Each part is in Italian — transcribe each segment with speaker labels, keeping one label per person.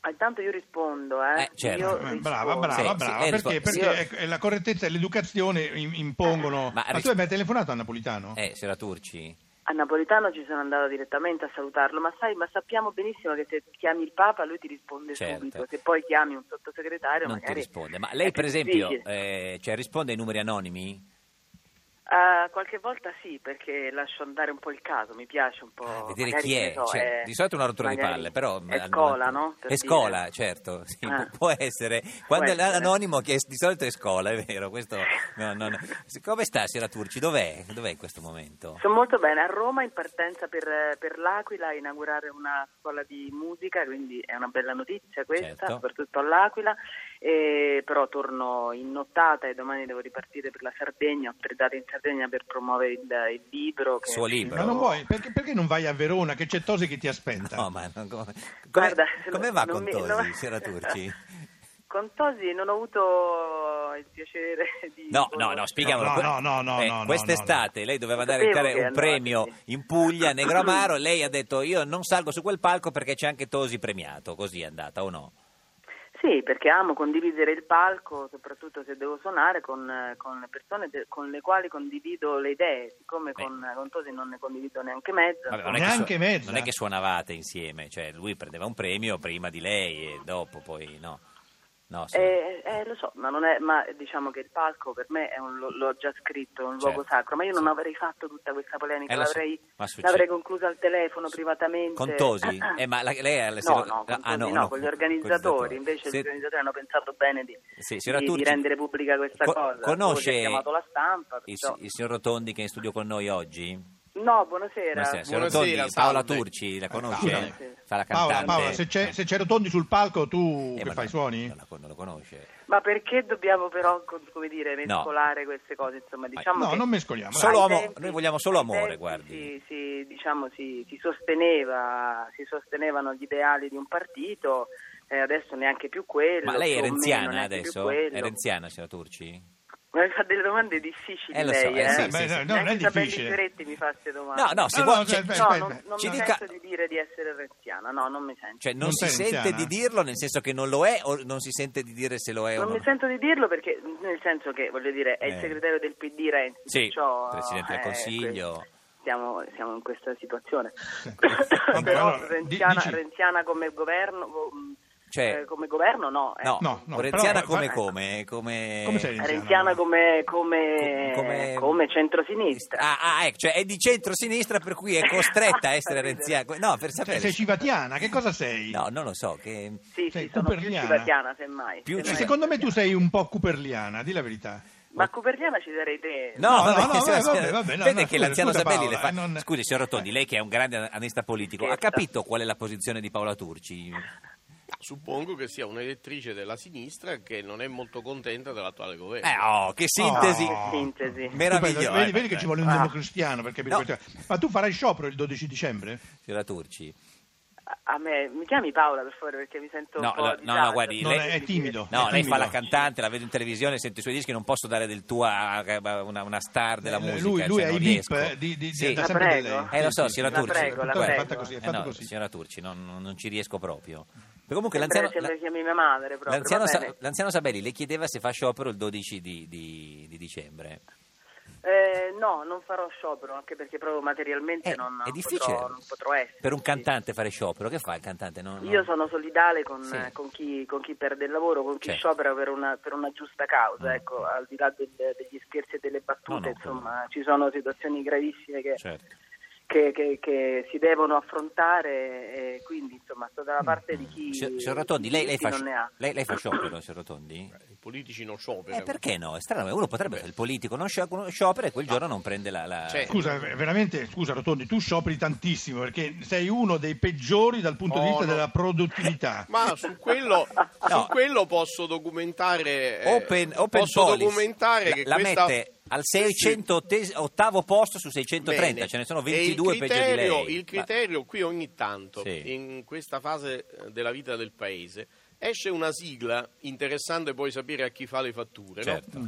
Speaker 1: Ah, Intanto io rispondo, eh.
Speaker 2: Eh, certo.
Speaker 1: Io
Speaker 2: Eh,
Speaker 1: rispondo.
Speaker 3: Brava, brava,
Speaker 2: Sì, sì,
Speaker 3: brava,
Speaker 2: lei
Speaker 3: perché,
Speaker 2: risponde.
Speaker 3: perché ecco, è la correttezza e l'educazione im- impongono...
Speaker 2: Ma
Speaker 3: Ma,
Speaker 2: ris-
Speaker 3: tu hai mai telefonato a Napolitano?
Speaker 2: Eh, c'era Turci.
Speaker 1: A Napolitano ci sono andata direttamente a salutarlo, ma sai, ma sappiamo benissimo che se chiami il Papa lui ti risponde
Speaker 2: Certo.
Speaker 1: subito, se poi chiami un sottosegretario
Speaker 2: Non ti
Speaker 1: magari...
Speaker 2: risponde. Ma lei,
Speaker 1: è più
Speaker 2: per esempio,
Speaker 1: difficile.
Speaker 2: eh, cioè, risponde ai numeri anonimi?
Speaker 1: Ah, qualche volta sì, perché lascio andare un po' il caso, mi piace un po'...
Speaker 2: Vedere
Speaker 1: magari,
Speaker 2: chi
Speaker 1: che
Speaker 2: è.
Speaker 1: ne so,
Speaker 2: cioè,
Speaker 1: eh,
Speaker 2: di solito è una rottura
Speaker 1: magari
Speaker 2: di palle, però.
Speaker 1: È
Speaker 2: al
Speaker 1: scola,
Speaker 2: momento-
Speaker 1: no? Per
Speaker 2: È scola,
Speaker 1: dire.
Speaker 2: certo. sì,
Speaker 1: Ah.
Speaker 2: Può essere. Quando è
Speaker 1: essere.
Speaker 2: anonimo, che di solito è scola, è vero. Questo, no, no, no. Come sta, signora Turci? Dov'è? Dov'è in questo momento?
Speaker 1: Sono molto bene, a Roma in partenza per, per l'Aquila a inaugurare una scuola di musica, quindi è una bella notizia questa,
Speaker 2: Certo.
Speaker 1: soprattutto all'Aquila, e però torno in nottata e domani devo ripartire per la Sardegna, ho tre date in Sardegna per promuovere il, il libro. Che...
Speaker 2: Suo libro.
Speaker 3: Ma non vuoi? Perché, perché non vai a Verona che c'è Tosi che ti aspetta?
Speaker 2: No, ma non- come,
Speaker 1: Guarda,
Speaker 2: come- come va
Speaker 1: non
Speaker 2: con
Speaker 1: mi-
Speaker 2: Tosi,
Speaker 1: non-
Speaker 2: signora Turci?
Speaker 1: Con Tosi non ho avuto il piacere di...
Speaker 2: No, no, no, spiegamolo.
Speaker 3: No, no, no, no,
Speaker 2: Eh,
Speaker 3: no, no,
Speaker 2: quest'estate lei doveva andare a
Speaker 1: Sapevo
Speaker 2: dare
Speaker 1: che
Speaker 2: un premio
Speaker 1: andavate, sì.
Speaker 2: in Puglia, a Negromaro, lei ha detto io non salgo su quel palco perché c'è anche Tosi premiato, così è andata o no?
Speaker 1: Sì, perché amo condividere il palco, soprattutto se devo suonare con, eh, con le persone de- con le quali condivido le idee, siccome
Speaker 2: Beh.
Speaker 1: con, con Tosi non ne condivido neanche mezzo.
Speaker 2: Vabbè,
Speaker 1: insomma.
Speaker 2: che
Speaker 3: Neanche mezza.
Speaker 2: non è che suonavate insieme, cioè lui prendeva un premio prima di lei e dopo poi no. No, sì.
Speaker 1: Eh, eh, lo so, ma, non è, ma diciamo che il palco per me è un, lo- l'ho già scritto, è un
Speaker 2: Certo,
Speaker 1: luogo sacro, ma io non
Speaker 2: sì.
Speaker 1: avrei fatto tutta questa polemica,
Speaker 2: Eh, lo so,
Speaker 1: l'avrei,
Speaker 2: ma succede.
Speaker 1: l'avrei conclusa al telefono
Speaker 2: Su-
Speaker 1: privatamente.
Speaker 2: Con Tosi? Eh, ma la- lei ha- se-
Speaker 1: No, no, con,
Speaker 2: ah,
Speaker 1: Tosi no, con gli organizzatori, invece
Speaker 2: Se-
Speaker 1: gli organizzatori hanno pensato bene di,
Speaker 2: Sì, signora
Speaker 1: di- di
Speaker 2: Turci,
Speaker 1: rendere pubblica questa
Speaker 2: co-
Speaker 1: cosa.
Speaker 2: Conosce
Speaker 1: Tosi ha chiamato la stampa,
Speaker 2: il,
Speaker 1: perciò-
Speaker 2: il signor Rotondi che è in studio con noi oggi?
Speaker 1: No, buonasera. Eh,
Speaker 2: Buonasera, signor
Speaker 4: Buonasera,
Speaker 2: Rotondi,
Speaker 4: salve.
Speaker 2: Paola Turci, la conosce?
Speaker 3: Paola.
Speaker 2: Fa la
Speaker 3: Paola,
Speaker 2: cantante.
Speaker 3: Paola, se c'è, se c'è Rotondi sul palco tu
Speaker 2: Eh,
Speaker 3: che
Speaker 2: ma
Speaker 3: fai
Speaker 2: no,
Speaker 3: suoni?
Speaker 2: Non, la- non lo conosce.
Speaker 1: Ma perché dobbiamo però, co- come dire, mescolare queste cose? Insomma, diciamo
Speaker 3: No,
Speaker 1: che
Speaker 3: non mescoliamo.
Speaker 1: ai
Speaker 2: Solo amo-
Speaker 1: tempi-
Speaker 2: noi vogliamo solo
Speaker 1: ai
Speaker 2: amore,
Speaker 1: tempi
Speaker 2: guardi.
Speaker 1: Si, si, diciamo, si, si sosteneva, si sostenevano gli ideali di un partito, eh, adesso neanche più quello.
Speaker 2: Ma lei è
Speaker 1: più o meno
Speaker 2: renziana
Speaker 1: neanche più
Speaker 2: adesso?
Speaker 1: quello.
Speaker 2: È renziana, signora Turci?
Speaker 1: Mi fa delle domande difficili
Speaker 2: Eh, lo so,
Speaker 1: lei,
Speaker 2: eh,
Speaker 1: eh.
Speaker 2: sì,
Speaker 3: Eh, beh,
Speaker 2: sì,
Speaker 3: no,
Speaker 2: sì.
Speaker 3: non è
Speaker 1: Neanche Isabella
Speaker 3: difficile.
Speaker 1: Fioretti mi fa queste domande.
Speaker 2: No, no, si
Speaker 3: No,
Speaker 2: può...
Speaker 3: no,
Speaker 2: cioè-
Speaker 3: aspetta,
Speaker 1: No,
Speaker 3: aspetta.
Speaker 1: non, non
Speaker 2: Ci
Speaker 1: mi
Speaker 2: dica-
Speaker 1: sento di dire di essere renziana, no, non mi sento.
Speaker 2: Cioè, non,
Speaker 3: Non
Speaker 2: si
Speaker 3: sei
Speaker 2: sente
Speaker 3: anziana?
Speaker 2: di dirlo nel senso che non lo è o non si sente di dire se lo è o
Speaker 1: Non
Speaker 2: no?
Speaker 1: mi sento di dirlo perché, nel senso che, voglio dire, è
Speaker 2: Eh.
Speaker 1: il segretario del PD Renzi.
Speaker 2: Sì,
Speaker 1: perciò,
Speaker 2: Presidente del
Speaker 1: eh,
Speaker 2: Consiglio.
Speaker 1: que- Siamo, siamo in questa situazione.
Speaker 3: Vabbè,
Speaker 1: Però
Speaker 3: allora, di-
Speaker 1: renziana,
Speaker 3: dici.
Speaker 1: renziana come governo, go-
Speaker 2: Cioè-
Speaker 1: eh, come governo no. eh.
Speaker 2: No,
Speaker 3: No, no,
Speaker 2: Renziana
Speaker 3: però-
Speaker 2: come come?
Speaker 3: eh,
Speaker 2: Come,
Speaker 3: come sei?
Speaker 1: Renziana come, come,
Speaker 2: Co- come-
Speaker 1: Eh, come centrosinistra.
Speaker 2: Ah, ah, ecco, cioè è di centrosinistra per cui è costretta a essere renziana. No, per
Speaker 3: Cioè,
Speaker 2: sapere...
Speaker 3: sei civatiana, che cosa sei?
Speaker 2: No, non lo so, che...
Speaker 1: sì,
Speaker 3: sei
Speaker 1: sì, sono più
Speaker 3: cooperliana.
Speaker 1: civatiana, semmai.
Speaker 2: Più
Speaker 1: Semmai-
Speaker 3: Cioè, secondo me tu sei un po' cuperliana, di la verità.
Speaker 1: Ma Cuperliana ci sarei te.
Speaker 2: No,
Speaker 3: No,
Speaker 2: vabbè,
Speaker 3: no, no,
Speaker 2: signora-
Speaker 3: vabbè, vabbè, vabbè, no,
Speaker 2: vede
Speaker 3: no,
Speaker 2: che
Speaker 3: scusa,
Speaker 2: l'anziano
Speaker 3: scusa,
Speaker 2: Sabelli le
Speaker 3: Paola,
Speaker 2: fa.
Speaker 3: eh, non-
Speaker 2: Scusi, signor Rotondi, lei che è un grande analista politico, ha
Speaker 1: Scherza.
Speaker 2: capito qual è la posizione di Paola Turci?
Speaker 3: Eh,
Speaker 4: Suppongo che sia un'elettrice della sinistra che non è molto contenta dell'attuale governo.
Speaker 2: Eh, oh, che sintesi
Speaker 3: Oh.
Speaker 1: Sintesi.
Speaker 2: meravigliosa.
Speaker 3: Vedi, vedi che ci vuole un
Speaker 1: Ah.
Speaker 3: democristiano per capire
Speaker 2: No.
Speaker 3: questo. Ma tu farai sciopero il 12 dicembre?
Speaker 2: Signora Turci.
Speaker 1: A- A me, mi chiami Paola per favore perché mi sento
Speaker 2: No,
Speaker 1: un po'
Speaker 2: no,
Speaker 1: a
Speaker 2: no,
Speaker 1: disagio.
Speaker 2: no, guardi,
Speaker 3: Non
Speaker 2: lei-
Speaker 3: è, è timido.
Speaker 2: No,
Speaker 3: è
Speaker 2: lei
Speaker 3: timido.
Speaker 2: fa la cantante, la vedo in televisione, sento i suoi dischi, non posso dare del tuo a a una, una star della
Speaker 3: Eh,
Speaker 2: musica.
Speaker 3: lui- lui
Speaker 2: cioè,
Speaker 3: è
Speaker 2: non
Speaker 3: i VIP,
Speaker 2: riesco.
Speaker 3: eh, di- di-
Speaker 2: Sì.
Speaker 3: da
Speaker 1: La
Speaker 3: sempre
Speaker 1: prego.
Speaker 3: lei.
Speaker 2: Eh, lo so,
Speaker 3: Sì, sì,
Speaker 2: signora
Speaker 1: La
Speaker 3: sì.
Speaker 2: Turci.
Speaker 1: prego, la
Speaker 2: guarda,
Speaker 3: È
Speaker 1: prego.
Speaker 3: fatta così, è
Speaker 2: eh
Speaker 3: fatta
Speaker 2: no,
Speaker 3: così.
Speaker 2: signora Turci, non, non ci riesco proprio. Perché comunque
Speaker 1: Sembra-
Speaker 2: l'anziano,
Speaker 1: sembra
Speaker 2: la-
Speaker 1: che chiami mia madre proprio,
Speaker 2: l'anziano
Speaker 1: va
Speaker 2: Sa-
Speaker 1: bene.
Speaker 2: l'anziano Sabelli le chiedeva se fa sciopero il 12 di, di- di dicembre.
Speaker 1: Eh, no, non farò sciopero, anche perché proprio materialmente
Speaker 2: Eh,
Speaker 1: non,
Speaker 2: è
Speaker 1: non
Speaker 2: difficile
Speaker 1: potrò, non potrò essere.
Speaker 2: per un
Speaker 1: sì.
Speaker 2: cantante fare sciopero. Che fa il cantante? No, no.
Speaker 1: Io sono solidale con,
Speaker 2: Sì.
Speaker 1: eh, con chi, con chi perde il lavoro, con chi
Speaker 2: Certo. Mm.
Speaker 1: sciopera per una, per una giusta causa, ecco, al di là del- degli scherzi e delle battute,
Speaker 2: No, no,
Speaker 1: insomma, ci sono situazioni gravissime che,
Speaker 2: Certo.
Speaker 1: che- che- che si devono affrontare e quindi, insomma, sto dalla parte di chi,
Speaker 2: Mm, Signor Rotondi, lei, lei
Speaker 1: chi
Speaker 2: fa,
Speaker 1: non ne ha.
Speaker 2: lei- lei fa sciopero, signor Rotondi?
Speaker 4: politici non scioperano.
Speaker 2: Eh, perché no? È strano, uno potrebbe fare il politico, non scio- uno sciopera e quel giorno non prende la... la-
Speaker 4: Cioè,
Speaker 3: Scusa, eh, veramente, scusa Rotondi, tu scioperi tantissimo perché sei uno dei peggiori dal punto di
Speaker 4: Oh,
Speaker 3: vista
Speaker 4: no.
Speaker 3: della produttività.
Speaker 4: Ma su quello,
Speaker 2: No.
Speaker 4: su quello posso documentare. eh,
Speaker 2: Open, open
Speaker 4: posso
Speaker 2: Police.
Speaker 4: documentare
Speaker 2: la,
Speaker 4: che
Speaker 2: la
Speaker 4: questa...
Speaker 2: mette al 608 posto su 630,
Speaker 4: Bene.
Speaker 2: ce ne sono
Speaker 4: E il
Speaker 2: 22 peggio di
Speaker 4: criterio-
Speaker 2: lei.
Speaker 4: Il criterio qui ogni tanto,
Speaker 2: Sì.
Speaker 4: in questa fase eh, della vita del paese, esce una sigla, interessante poi sapere a chi fa le fatture, no?
Speaker 2: Certo.
Speaker 3: Mm.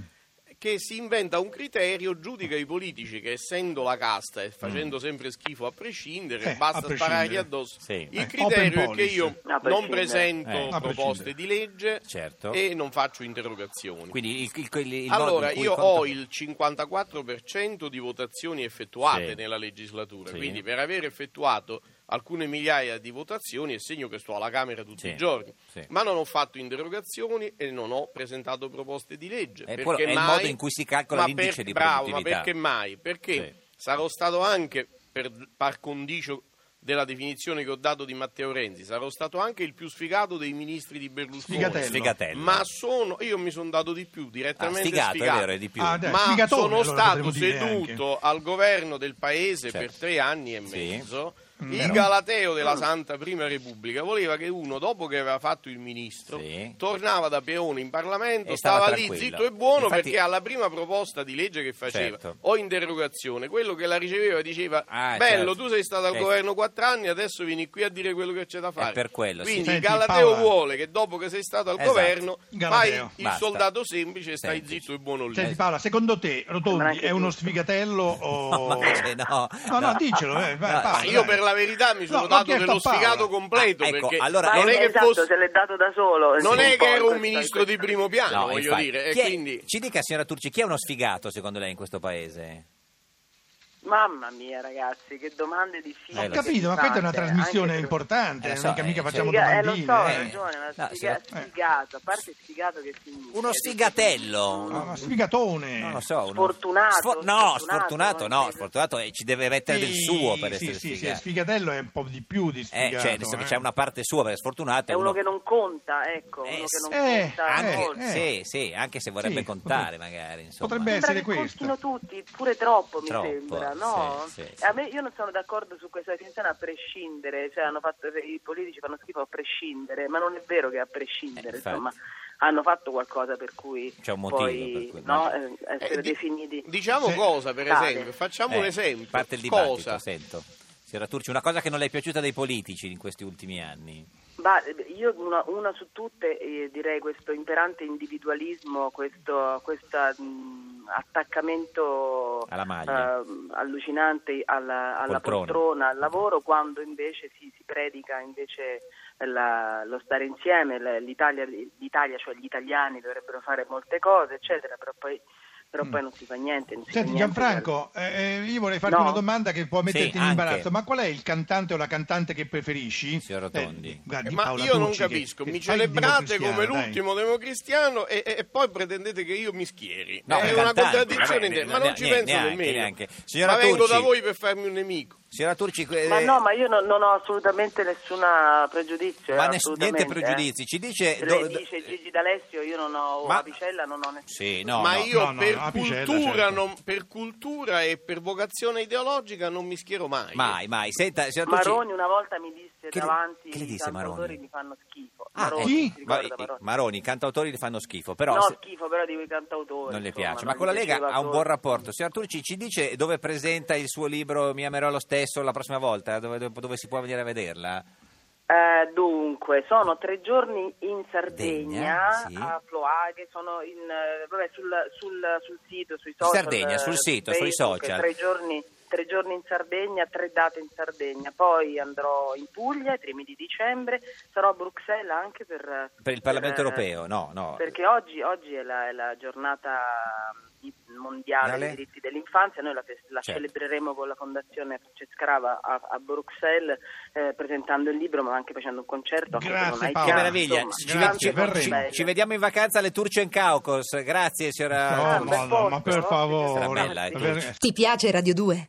Speaker 4: che si inventa un criterio, giudica i politici che essendo la casta e facendo sempre schifo a prescindere,
Speaker 3: Mm. Eh,
Speaker 4: basta
Speaker 3: a prescindere.
Speaker 4: sparargli addosso.
Speaker 2: Sì.
Speaker 4: Il
Speaker 3: Eh,
Speaker 4: criterio
Speaker 3: open
Speaker 4: è che
Speaker 1: policy.
Speaker 4: io
Speaker 1: A
Speaker 4: non
Speaker 1: prescindere.
Speaker 4: presento
Speaker 2: Eh.
Speaker 3: A
Speaker 4: proposte
Speaker 3: prescindere.
Speaker 4: di legge
Speaker 2: Certo.
Speaker 4: e non faccio interrogazioni.
Speaker 2: Ma- Quindi il, il- il- il modo
Speaker 4: Allora,
Speaker 2: in cui
Speaker 4: io
Speaker 2: conta-
Speaker 4: ho il 54% di votazioni effettuate
Speaker 2: Sì.
Speaker 4: nella legislatura,
Speaker 2: Sì.
Speaker 4: quindi per aver effettuato alcune migliaia di votazioni è segno che sto alla Camera
Speaker 2: Sì.
Speaker 4: tutti i giorni,
Speaker 2: Sì.
Speaker 4: ma non ho fatto interrogazioni e non ho presentato proposte di legge.
Speaker 2: Eh,
Speaker 4: Perché
Speaker 2: quello è il
Speaker 4: mai-
Speaker 2: modo in cui si calcola
Speaker 4: ma
Speaker 2: l'indice di
Speaker 4: Bravo, ma
Speaker 2: produttività.
Speaker 4: perché mai? Perché
Speaker 2: Sì.
Speaker 4: sarò stato anche, per par condicio della definizione che ho dato di Matteo Renzi, sarò stato anche il più sfigato dei ministri di Berlusconi.
Speaker 3: Sfigatello.
Speaker 2: Sfigatello.
Speaker 4: Ma sono, io mi sono dato di più,
Speaker 2: Ah,
Speaker 4: direttamente
Speaker 2: sfigato, è
Speaker 4: sfigato.
Speaker 2: vero, è di più.
Speaker 3: Ah, dai,
Speaker 4: Ma
Speaker 3: sfigatone,
Speaker 4: sono
Speaker 3: allora
Speaker 4: stato
Speaker 3: potremmo dire
Speaker 4: seduto al governo del paese
Speaker 2: Certo.
Speaker 4: per tre anni e
Speaker 2: Sì.
Speaker 4: mezzo.
Speaker 3: Però-
Speaker 4: Il Galateo della Santa Prima Repubblica voleva che uno, dopo che aveva fatto il ministro,
Speaker 2: Sì.
Speaker 4: tornava da peone in Parlamento,
Speaker 2: E stava
Speaker 4: stava, lì
Speaker 2: tranquillo.
Speaker 4: zitto e buono
Speaker 2: Infatti-
Speaker 4: perché alla prima proposta di legge che faceva
Speaker 2: Certo.
Speaker 4: o interrogazione, quello che la riceveva diceva:
Speaker 2: Ah,
Speaker 4: Bello,
Speaker 2: certo.
Speaker 4: tu sei stato al
Speaker 2: Eh.
Speaker 4: governo quattro anni, adesso vieni qui a dire quello che c'è da fare.
Speaker 2: per quello, sì.
Speaker 4: Quindi il
Speaker 3: Senti,
Speaker 4: Galateo
Speaker 3: Paola-
Speaker 4: vuole che dopo che sei stato al
Speaker 2: Esatto.
Speaker 4: governo
Speaker 3: Galateo.
Speaker 4: fai il
Speaker 2: Basta.
Speaker 4: soldato semplice e stai
Speaker 2: Semplice.
Speaker 4: zitto e buono lì.
Speaker 3: Senti Paola, secondo te
Speaker 1: Sembra
Speaker 3: Rotondi
Speaker 1: anche
Speaker 3: è uno
Speaker 1: giusto.
Speaker 3: sfigatello o...
Speaker 2: No, ma invece no.
Speaker 3: No, no, dicelo, eh, vai,
Speaker 2: No,
Speaker 3: Paola,
Speaker 4: Ma io
Speaker 3: dai.
Speaker 4: per la verità mi sono
Speaker 3: No, l'ho
Speaker 4: dato
Speaker 3: chiesto
Speaker 4: dello
Speaker 3: a Paola.
Speaker 4: sfigato completo
Speaker 2: Ah, ecco,
Speaker 4: perché
Speaker 2: allora-
Speaker 1: Ma
Speaker 4: non è che
Speaker 1: esatto,
Speaker 4: fosse-
Speaker 1: se l'è dato da solo.
Speaker 4: non
Speaker 1: sì,
Speaker 4: è
Speaker 1: un po'
Speaker 4: che
Speaker 1: in
Speaker 4: era un
Speaker 1: questa-
Speaker 4: ministro di primo piano,
Speaker 2: No,
Speaker 4: Ah, voglio
Speaker 2: infatti.
Speaker 4: dire. E
Speaker 2: Chi è-
Speaker 4: quindi
Speaker 2: Ci dica, signora Turci, chi è uno sfigato secondo lei in questo paese?
Speaker 1: Mamma mia, ragazzi, che domande difficili.
Speaker 2: Eh,
Speaker 3: Ho
Speaker 2: lo so.
Speaker 3: capito, ma questa è una
Speaker 1: Anche
Speaker 3: trasmissione
Speaker 1: se-
Speaker 3: importante,
Speaker 2: Eh, lo
Speaker 3: non
Speaker 2: so,
Speaker 3: è che mica
Speaker 2: eh,
Speaker 3: facciamo
Speaker 1: Figa- eh, lo so,
Speaker 3: domandine.
Speaker 1: hai
Speaker 2: eh.
Speaker 1: ragione, ma
Speaker 2: No,
Speaker 1: sfiga-
Speaker 3: signor- eh.
Speaker 1: sfigato, a parte sfigato che significa?
Speaker 2: Uno sfigatello,
Speaker 3: Ah, ma
Speaker 2: uno-
Speaker 3: sfigatone.
Speaker 2: non lo so. uno-
Speaker 1: Sfortunato,
Speaker 2: Sfor- no,
Speaker 1: sfortunato,
Speaker 2: sfortunato no,
Speaker 1: non-
Speaker 2: sfortunato eh, ci deve mettere del
Speaker 3: Sì,
Speaker 2: suo per
Speaker 3: sì,
Speaker 2: essere
Speaker 3: sì,
Speaker 2: sfigato.
Speaker 3: Sì, sfigatello è un po' di più di
Speaker 2: Eh,
Speaker 3: sfigato.
Speaker 2: cioè, nel senso,
Speaker 3: eh.
Speaker 2: c'è una parte sua perché è sfortunato.
Speaker 1: È uno che non conta, ecco,
Speaker 2: Eh,
Speaker 1: uno che non
Speaker 3: eh,
Speaker 1: conta. molto.
Speaker 2: anche,
Speaker 3: eh.
Speaker 2: sì, sì, anche se vorrebbe
Speaker 3: Sì,
Speaker 2: contare,
Speaker 3: potrebbe-
Speaker 2: magari. Insomma.
Speaker 3: potrebbe
Speaker 1: Sembra
Speaker 3: essere
Speaker 1: che
Speaker 3: questo.
Speaker 1: contino tutti, pure troppo mi
Speaker 2: Troppo,
Speaker 1: sembra, no?
Speaker 2: sì, sì, sì.
Speaker 1: A me, io non sono d'accordo su questa definizione a prescindere, cioè hanno fatto, i politici fanno schifo a prescindere, ma non è vero che a
Speaker 2: Eh,
Speaker 1: prescindere,
Speaker 2: infatti.
Speaker 1: insomma, hanno fatto qualcosa per cui
Speaker 2: C'è un motivo
Speaker 1: poi
Speaker 2: per cui-
Speaker 1: no, eh,
Speaker 4: eh,
Speaker 1: essere
Speaker 4: di-
Speaker 1: definiti...
Speaker 4: diciamo
Speaker 3: Sì.
Speaker 4: cosa, per
Speaker 1: Tale.
Speaker 4: esempio, facciamo
Speaker 2: Eh,
Speaker 4: un esempio.
Speaker 2: Parte il dibattito,
Speaker 4: cosa?
Speaker 2: sento. Signora Turci, una cosa che non le è piaciuta dei politici in questi ultimi anni.
Speaker 1: Ma eh, io una, una su tutte eh, direi questo imperante individualismo, questo questa, mh, attaccamento
Speaker 2: Alla maglia.
Speaker 1: ehm, allucinante alla, alla
Speaker 2: Poltrona.
Speaker 1: poltrona. al lavoro, quando invece si, si predica invece la- lo stare insieme, l- l'Italia, l'Italia, cioè gli italiani dovrebbero fare molte cose, eccetera, però poi, però
Speaker 2: Mm.
Speaker 1: poi non si fa niente. non si fa
Speaker 3: Senti
Speaker 1: niente
Speaker 3: Gianfranco, eh, eh, io vorrei farti
Speaker 1: No.
Speaker 3: una domanda che può metterti in
Speaker 2: anche.
Speaker 3: imbarazzo, ma qual è il cantante o la cantante che preferisci? Eh,
Speaker 2: Signor Rotondi.
Speaker 3: guardi,
Speaker 4: Eh, Ma
Speaker 3: Paola
Speaker 4: io non
Speaker 3: Turci, che-
Speaker 4: capisco,
Speaker 3: che
Speaker 4: mi
Speaker 3: fai il
Speaker 4: celebrate
Speaker 3: democristiano,
Speaker 4: come
Speaker 3: dai.
Speaker 4: l'ultimo democristiano e, e- e poi pretendete che io mi schieri.
Speaker 2: No,
Speaker 4: è
Speaker 2: è
Speaker 4: una
Speaker 2: cantante,
Speaker 4: contraddizione,
Speaker 2: vabbè,
Speaker 4: in te-
Speaker 2: ne-
Speaker 4: ma non
Speaker 2: ne-
Speaker 4: ci penso
Speaker 2: neanche,
Speaker 4: nemmeno.
Speaker 2: neanche. Signora
Speaker 4: ma vengo da
Speaker 2: Turci-
Speaker 4: voi per farmi un nemico.
Speaker 2: Signora Turci,
Speaker 1: per-
Speaker 2: eh,
Speaker 1: Ma no, ma io non, non ho assolutamente nessuna pregiudizio.
Speaker 2: ma ness-
Speaker 1: eh,
Speaker 2: niente
Speaker 1: assolutamente, eh.
Speaker 2: pregiudizi. Ci dice... do-
Speaker 1: Lei
Speaker 2: do-
Speaker 1: dice Gigi D'Alessio, io non ho
Speaker 2: Ma-
Speaker 1: ma... Apicella, non ho nessuno.
Speaker 2: Sì, no,
Speaker 4: ma
Speaker 2: no.
Speaker 4: io
Speaker 3: No, no,
Speaker 4: per,
Speaker 3: no, Apicella,
Speaker 4: cultura
Speaker 3: certo.
Speaker 4: non- per cultura e per vocazione ideologica non mi schiero mai.
Speaker 2: Mai, mai. Senta, signora Turci...
Speaker 1: Maroni una volta mi disse
Speaker 2: Che le-
Speaker 1: davanti
Speaker 2: che le
Speaker 1: i
Speaker 2: disse Maroni?
Speaker 1: cantautori mi fanno schifo.
Speaker 2: Ah,
Speaker 1: Maroni,
Speaker 3: chi?
Speaker 1: si
Speaker 2: Ma-
Speaker 1: ricorda Maroni?
Speaker 2: Maroni, i cantautori li fanno schifo, però...
Speaker 1: no,
Speaker 2: se-
Speaker 1: schifo però di quei cantautori.
Speaker 2: Non le
Speaker 1: insomma,
Speaker 2: piace, ma
Speaker 1: gli
Speaker 2: con la Lega
Speaker 1: piaceva
Speaker 2: ha un
Speaker 1: solo.
Speaker 2: buon rapporto. Signor Turci, ci dice dove presenta il suo libro Mi amerò lo stesso la prossima volta, dove, dove- dove si può venire a vederla?
Speaker 1: Eh, dunque, sono tre giorni in Sardegna,
Speaker 2: Degna, sì.
Speaker 1: a Ploaghe, sono in, eh, vabbè, sul, sul- sul sito, sui social.
Speaker 2: Sardegna, sul
Speaker 1: eh,
Speaker 2: sito, sui
Speaker 1: Facebook,
Speaker 2: social.
Speaker 1: Tre giorni, tre giorni in Sardegna, tre date in Sardegna, poi andrò in Puglia i primi di dicembre, sarò a Bruxelles anche per...
Speaker 2: Per il Parlamento
Speaker 1: eh,
Speaker 2: europeo, no, no.
Speaker 1: Perché oggi, oggi è, la, è la giornata di- mondiale
Speaker 2: Dale?
Speaker 1: dei diritti dell'infanzia, noi la, fes- la
Speaker 2: Certo.
Speaker 1: celebreremo con la Fondazione Francesca Crava a, a Bruxelles eh, presentando il libro ma anche facendo un concerto. anche se
Speaker 3: Grazie,
Speaker 1: non hai
Speaker 3: Paola.
Speaker 2: Che
Speaker 1: piano,
Speaker 2: meraviglia,
Speaker 1: Ah, insomma,
Speaker 2: ci,
Speaker 3: Grazie,
Speaker 2: ci-
Speaker 1: tante cose
Speaker 2: ci-
Speaker 1: belle.
Speaker 2: ci vediamo in vacanza alle Turce in Caucos. Grazie
Speaker 4: Eh,
Speaker 2: signora
Speaker 3: Oh,
Speaker 1: Ah,
Speaker 2: Turci.
Speaker 1: bel
Speaker 3: Madonna, ma
Speaker 1: posto,
Speaker 3: per
Speaker 1: no?
Speaker 3: favore.
Speaker 2: Sarà bella, eh,
Speaker 3: Per-
Speaker 2: Turci.
Speaker 5: Ti piace Radio 2?